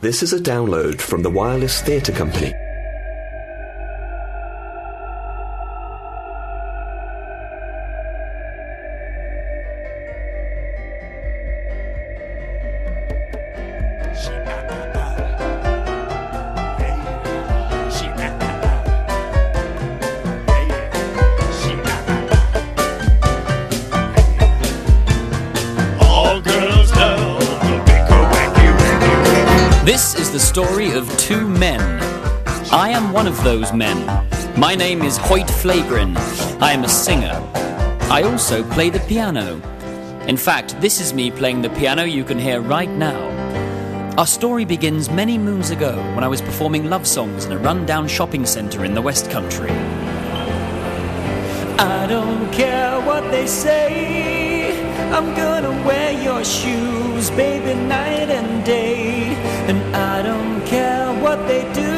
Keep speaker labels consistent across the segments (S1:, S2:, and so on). S1: This is a download from the Wireless Theatre Company.
S2: All girls love the big wacky
S3: This is the story of two men. I am one of those men. My name is Hoyt Flagrin. I am a singer. I also play the piano. In fact, this is me playing the piano you can hear right now. Our story begins many moons ago when I was performing love songs in a rundown shopping centre in the West Country. I don't care what they say. I'm gonna wear your shoes, baby, night and day. And I don't care what they do.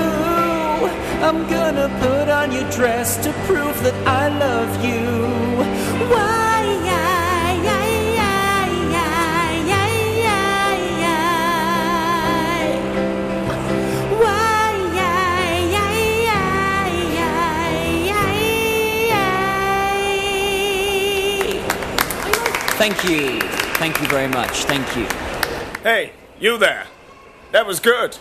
S3: I'm gonna put on your dress to prove that I love you. Why, I, I, I, I, I, I, I. Why, I, I, I, I, I, I. Thank you. Thank you very much. Thank you.
S4: Hey, you there. That was good.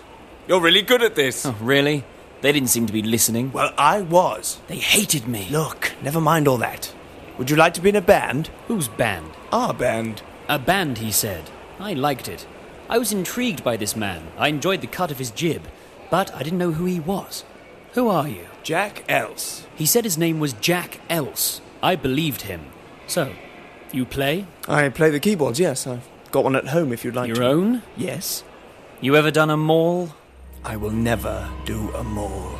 S4: You're really good at this.
S3: Oh, Really? They didn't seem to be listening.
S5: Oh. Well, I was.
S3: They hated me.
S5: Look, never mind all that. Would you like to be in a band?
S3: Whose band?
S5: Our band.
S3: A band, he said. I liked it. I was intrigued by this man. I enjoyed the cut of his jib, but I didn't know who he was. Who are you?
S5: Jack Else.
S3: He said his name was Jack Else. I believed him. So, you play
S5: I play the keyboards, yes. I've got one at home if you'd like
S3: your
S5: to.
S3: own?
S5: Yes.
S3: You ever done a maul?
S5: I will never do a more.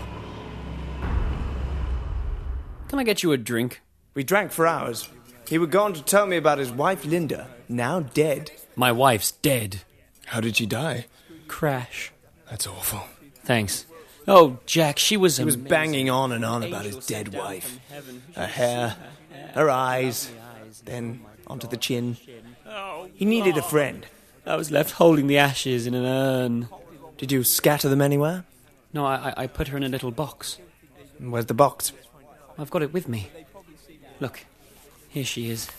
S3: Can I get you a drink?
S5: We drank for hours. He would go on to tell me about his wife, Linda, now dead.
S3: My wife's dead.
S4: How did she die?
S3: Crash.
S4: That's awful.
S3: Thanks. Oh, Jack, she was.
S5: He was banging on and on about his dead wife. Her hair, her eyes, then onto the chin. He needed a friend.
S3: I was left holding the ashes in an urn.
S5: Did you scatter them anywhere?
S3: No, I, I- I put her in a little box.
S5: Where's the box?
S3: I've got it with me. Look, here she is.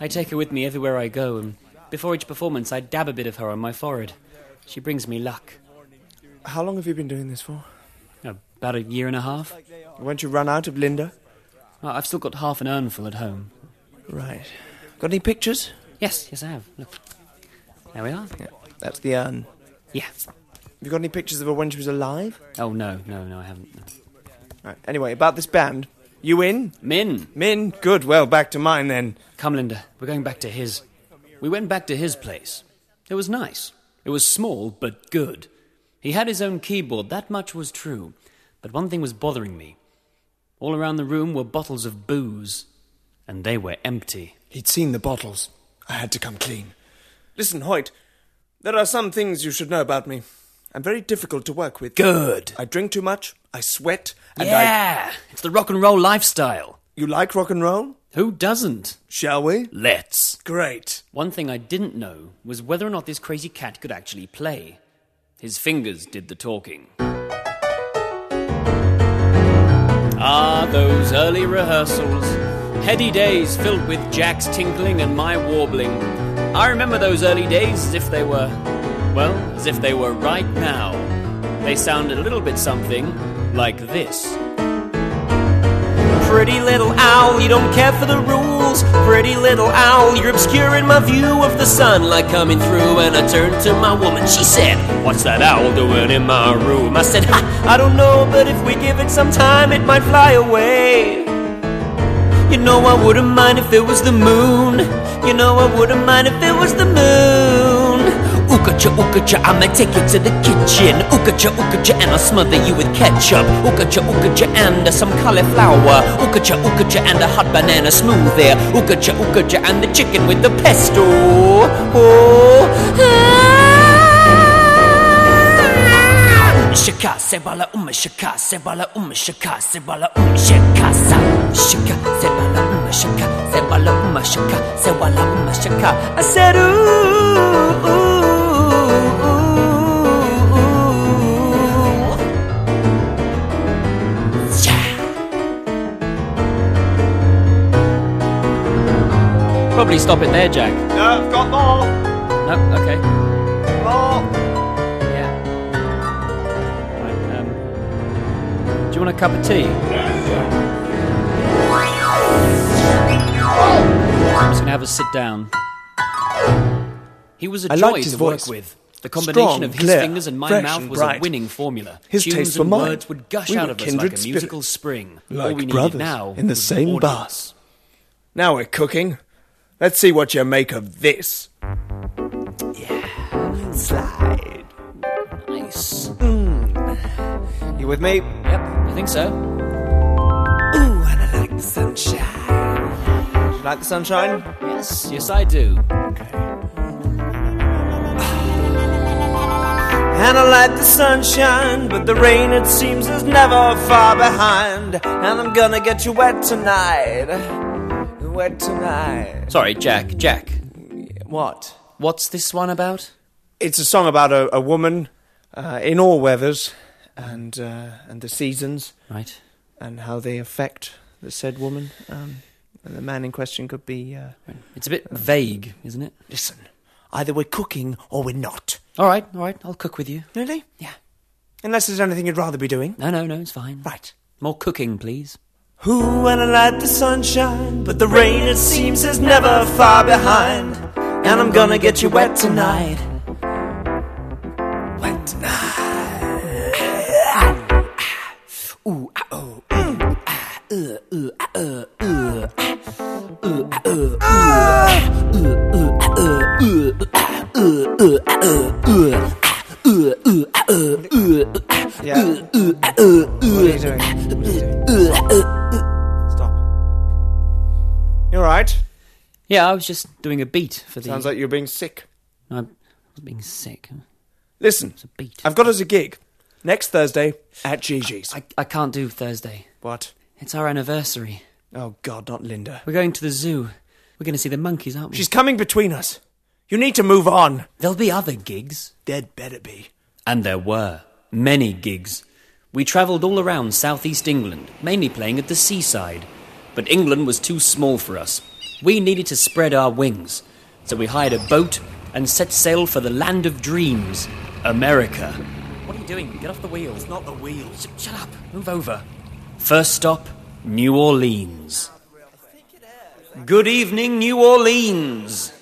S3: I take her with me everywhere I go, and before each performance, I dab a bit of her on my forehead. She brings me luck.
S5: How long have you been doing this for?
S3: About a year and a half.
S5: Won't you run out of Linda?
S3: Oh, I've still got half an urn full at home.
S5: Right. Got any pictures?
S3: Yes, yes, I have. Look. There we are.
S5: Yeah, that's the um, urn.
S3: Yeah.
S5: Have you got any pictures of her when she was alive?
S3: Oh, no, no, no, I haven't.
S5: Right. Anyway, about this band. You in?
S3: Min!
S5: Min? Good. Well, back to mine then.
S3: Come, Linda, we're going back to his. We went back to his place. It was nice. It was small, but good. He had his own keyboard, that much was true. But one thing was bothering me. All around the room were bottles of booze, and they were empty.
S4: He'd seen the bottles. I had to come clean.
S5: Listen, Hoyt. There are some things you should know about me. I'm very difficult to work with.
S3: Good!
S5: I drink too much. I sweat. And I...
S3: Yeah! It's the rock and roll lifestyle.
S5: You like rock and roll?
S3: Who doesn't?
S5: Shall we?
S3: Let's.
S5: Great.
S3: One thing I didn't know was whether or not this crazy cat could actually play. His fingers did the talking. Ah, those early rehearsals. Heady days filled with Jack's tinkling and my warbling. I remember those early days as if they were, well, as if they were right now. They sounded a little bit something like this. Pretty little owl, you don't care for the rules. Pretty little owl, you're obscuring my view of the sunlight coming through. And I turned to my woman, she said, What's that owl doing in my room? I said, Ha, I don't know, but if we give it some time, it might fly away. You know, I wouldn't mind if it was the moon. You know, I wouldn't mind if it was the moon. Ookacha, ookacha, I'ma take you to the kitchen. Ookacha, ookacha, and I'll smother you with ketchup. Ookacha, ookacha, and uh, some cauliflower. Ookacha, ookacha, and a hot banana smoothie. Ookacha, ookacha, and the chicken with the pesto. Oh, ah. Shaka, sebala, um, shaka, sebala, um, shaka, sebala, um, shaka, sa, shaka, sebala, um, shaka, sebala, um, shaka, sebala, um, shaka. I said, ooh, ooh, ooh, ooh. probably stop it there, Jack.
S4: No, I've got more.
S3: No, okay.
S4: More.
S3: Yeah. Right, um, do you want a cup of tea? I'm just gonna have a sit down. He was a
S5: I
S3: joy
S5: liked his
S3: to work
S5: voice.
S3: with. The combination
S5: Strong,
S3: of his
S5: clear,
S3: fingers and my
S5: fresh
S3: mouth
S5: and
S3: was a
S5: bright.
S3: winning formula.
S5: His
S3: Tunes
S5: tastes were
S3: and
S5: mine.
S3: words would gush
S5: We
S3: out
S5: were
S3: of us like a
S5: kindred
S3: musical
S5: spirits.
S3: spring. All
S5: Like
S3: we
S5: brothers
S3: needed now
S5: in the
S3: was an
S5: same
S3: audience.
S5: bath. Now we're cooking. Let's see what you make of this.
S3: Slide. Nice.
S5: You with me?
S3: Yep, I think so.
S5: Ooh, and I like the sunshine. You like the sunshine?
S3: Yes, yes, I do.
S5: And I like the sunshine, but the rain it seems is never far behind. And I'm gonna get you wet tonight. Wet tonight.
S3: Sorry, Jack. Jack,
S5: What?
S3: what's this one about?
S5: It's a song about a, a woman uh, in all weathers and uh, and the seasons
S3: Right.
S5: and how they affect the said woman. Um, and the man in question could be. Uh,
S3: It's a bit vague, isn't it?
S5: listen, either we're cooking or we're not.
S3: All right, all right. I'll cook with you.
S5: Really?
S3: Yeah.
S5: Unless there's anything you'd rather be doing.
S3: No, no, no. It's fine.
S5: Right.
S3: More cooking, please.
S5: Who and I like the sunshine, but the rain it seems is never far behind. And I'm gonna get you wet tonight. Wet tonight. ah, oh, mm, uh, uh, ah, uh, ah, ah, Yeah. ah, uh, What are you doing? What are you doing? Stop. You're right.
S3: Yeah, I was just doing a beat for the.
S5: Sounds like you're being sick.
S3: No, I was being sick. It's
S5: Listen,
S3: a beat.
S5: I've got us a gig next Thursday at Gigi's.
S3: I, I can't do Thursday.
S5: what?
S3: It's our anniversary.
S5: Oh God, not Linda.
S3: We're going to the zoo. We're going to see the monkeys, aren't we?
S5: She's coming between us. You need to move on.
S3: There'll be other gigs.
S5: There'd better be.
S3: And there were many gigs. We travelled all around southeast England, mainly playing at the seaside. But England was too small for us. We needed to spread our wings. So we hired a boat and set sail for the land of dreams, America. What are you doing? Get off the wheel. It's not the wheel. shut up. Move over. First stop, New Orleans. Good evening, New Orleans.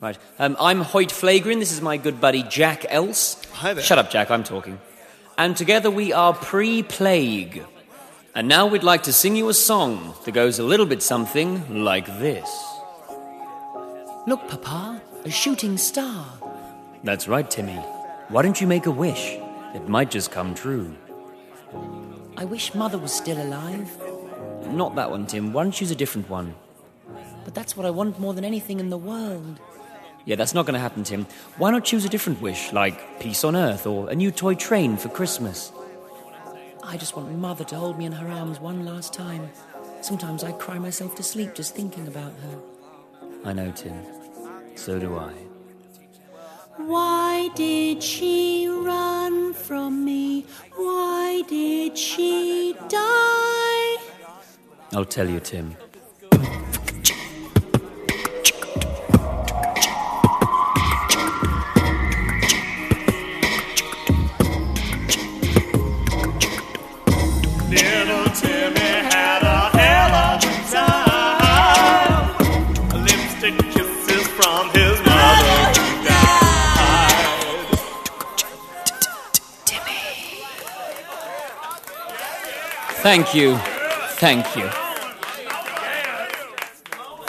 S3: Right. Um, I'm Hoyt Flagrin. This is my good buddy Jack Else. Hi there. Shut up, Jack. I'm talking. And together we are pre plague. And now we'd like to sing you a song that goes a little bit something like this Look, Papa, a shooting star. That's right, Timmy. Why don't you make a wish? It might just come true. I wish Mother was still alive. Not that one, Tim. Why don't you use a different one? But that's what I want more than anything in the world. Yeah, that's not going to happen, Tim. Why not choose a different wish, like peace on earth or a new toy train for Christmas? I just want Mother to hold me in her arms one last time. Sometimes I cry myself to sleep just thinking about her. I know, Tim. So do I.
S6: Why did she run from me? Why did she die?
S3: I'll tell you, Tim.
S2: Little Timmy had a hell of a time. Lipstick kisses from his mother who died.
S3: Thank you. Thank you.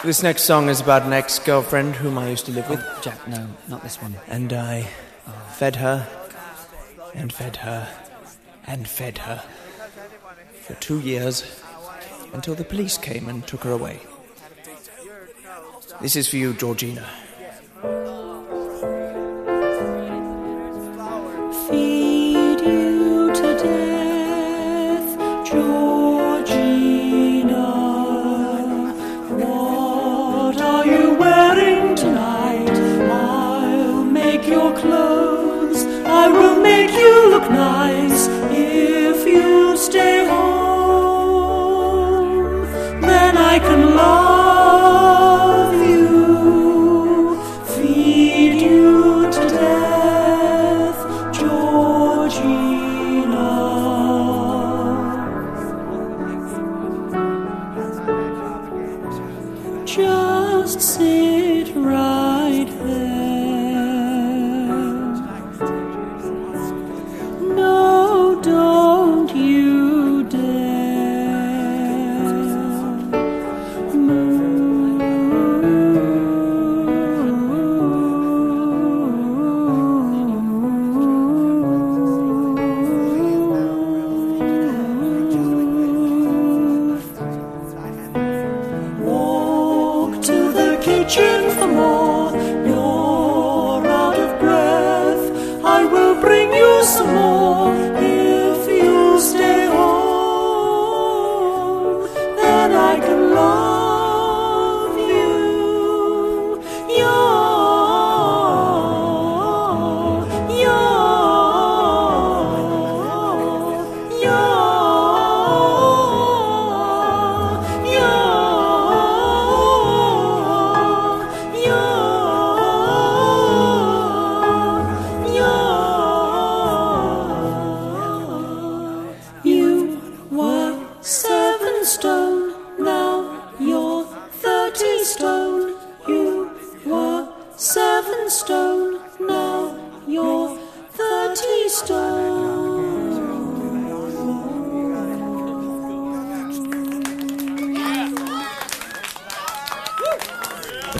S5: This next song is about an ex-girlfriend whom I used to live with,
S3: Jack, no, not this one.
S5: and I fed her, and fed her, and fed her for two years, until the police came and took her away. This is for you, Georgina.
S6: Feed you to death, Georgina. What are you wearing tonight? I'll make your clothes. I will make you look nice if you stay home. Then I can love.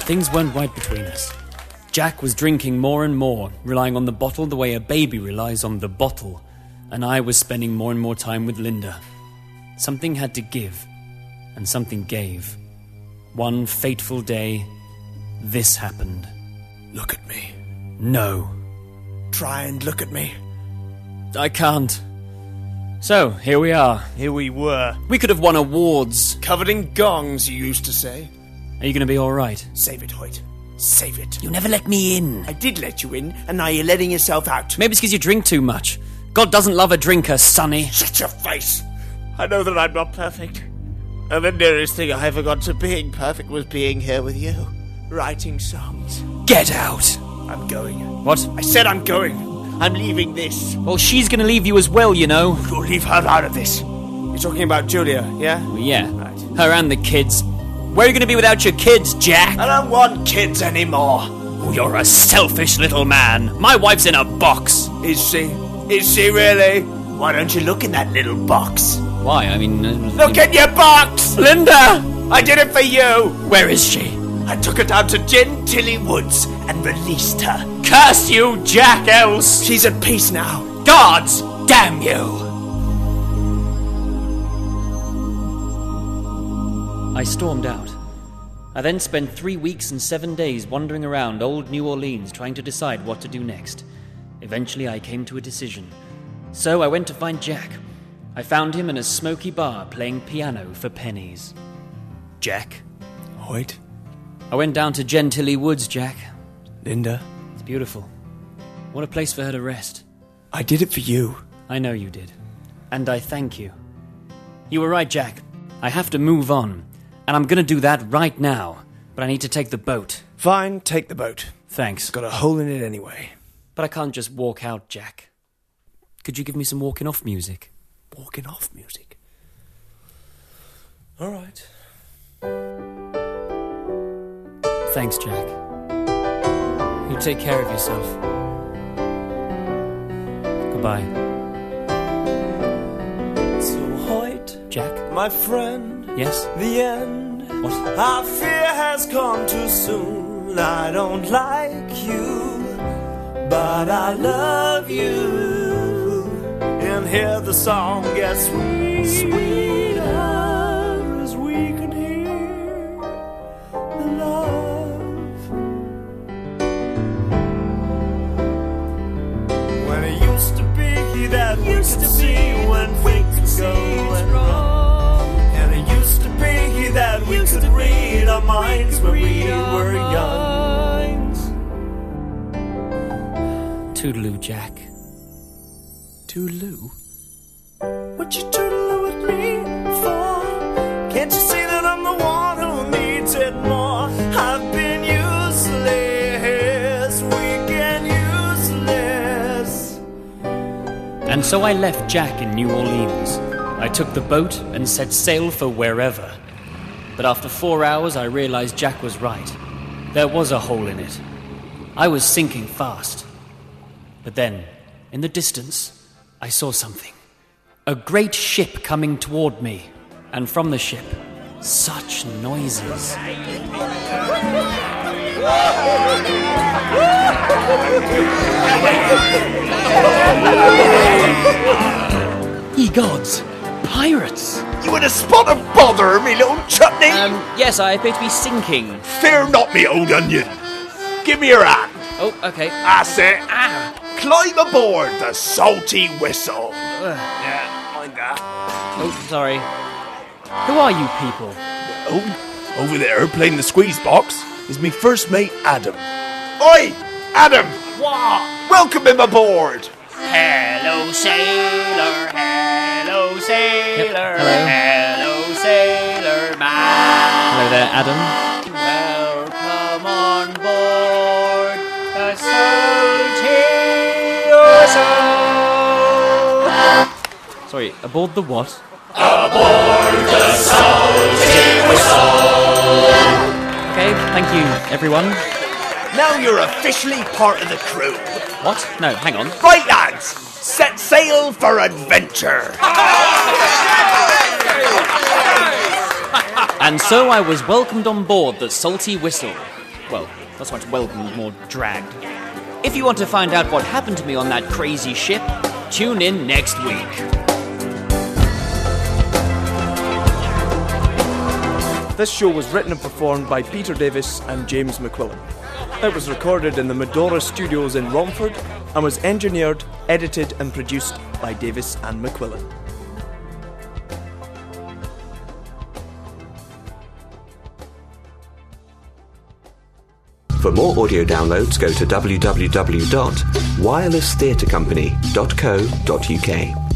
S3: Things went right between us. Jack was drinking more and more, relying on the bottle the way a baby relies on the bottle, and I was spending more and more time with Linda. Something had to give, and something gave. One fateful day, this happened.
S7: Look at me.
S3: No,
S7: Try and look at me.
S3: I can't. So, here we are.
S7: Here we were.
S3: We could have won awards.
S7: Covered in gongs, you used to say.
S3: Are you gonna be alright?
S7: Save it, Hoyt. Save it.
S3: You never let me in.
S7: I did let you in, and now you're letting yourself out.
S3: Maybe it's because you drink too much. God doesn't love a drinker, Sonny.
S7: Shut your face! I know that I'm not perfect. And the nearest thing I ever got to being perfect was being here with you, writing songs.
S3: Get out!
S7: I'm going.
S3: What?
S7: I said I'm going. I'm leaving this.
S3: Well, she's gonna leave you as well, you know.
S7: You'll leave her out of this.
S8: You're talking about Julia, yeah?
S3: Yeah. Her and the kids. Where are you gonna be without your kids, Jack?
S7: I don't want kids anymore.
S3: Oh, You're a selfish little man. My wife's in a box.
S7: Is she? Is she really? Why don't you look in that little box?
S3: Why? I mean. uh,
S7: Look in your box!
S3: Linda!
S7: I did it for you!
S3: Where is she?
S7: I took her down to Gentilly Woods and released her.
S3: Curse you, Jack Else!
S7: She's at peace now.
S3: Gods damn you! I stormed out. I then spent three weeks and seven days wandering around old New Orleans trying to decide what to do next. Eventually, I came to a decision. So I went to find Jack. I found him in a smoky bar playing piano for pennies. Jack?
S5: Hoyt,
S3: I went down to Gentilly Woods, Jack.
S5: Linda,
S3: It's beautiful. What a place for her to rest.
S5: I did it for you.
S3: I know you did. And I thank you. You were right, Jack. I have to move on. And I'm gonna do that right now. But I need to take the boat.
S5: Fine, take the boat.
S3: Thanks.
S5: Got a hole in it anyway.
S3: But I can't just walk out, Jack. Could you give me some walking off music?
S5: Walking off music. All right.
S3: Thanks, Jack. You take care of yourself. Goodbye.
S5: So Hoyt,
S3: Jack?
S5: my friend,
S3: Yes?
S5: the end.
S3: What?
S5: I fear has come too soon. I don't like you, but I love you. And here the song gets sweet- sweeter as we can hear the love. When it used to be that used we could see when things go wrong. And it used to be that we could read our minds when we were young.
S3: Toodaloo, Jack.
S5: Toodaloo? What you toodaloo at me for? Can't you see that I'm the one who needs it more? I've been useless, weak and useless.
S3: And so I left Jack in New Orleans. I took the boat and set sail for wherever. But after four hours, I realized Jack was right. There was a hole in it. I was sinking fast. But then, in the distance, I saw something a great ship coming toward me. And from the ship, such noises. Ye gods! Pirates!
S7: You in a spot of bother, me little chutney!
S6: Um, yes, I appear to be sinking.
S7: Fear not, me old onion! Give me your hand.
S6: Oh, okay.
S7: I say, ah, climb aboard the salty whistle. Yeah, mind that.
S6: Oh, sorry. Who are you people?
S7: Oh, over there playing the squeeze box is me first mate, Adam. Oi, Adam! Wah! Welcome him aboard!
S6: Hello, sailor. Hello, sailor.
S3: hello.
S6: Hello, sailor man.
S3: Hello there, Adam.
S6: Welcome on board the Salty Whistle.
S3: Sorry, aboard the what?
S6: Okay, thank you, everyone.
S7: Now you're officially part of the crew.
S3: What? No, hang on.
S7: Right, lads! Set sail for adventure!
S3: And so I was welcomed on board the Salty Whistle. well, not so much welcomed, more dragged. If you want to find out what happened to me on that crazy ship, tune in next week.
S5: This show was written and performed by Peter Davis and James McQuillan. It was recorded in the Medora Studios in Romford and was engineered, edited, and produced by Davis and McQuillan.
S1: For more audio downloads, go to www.wirelesstheatrecompany.co.uk.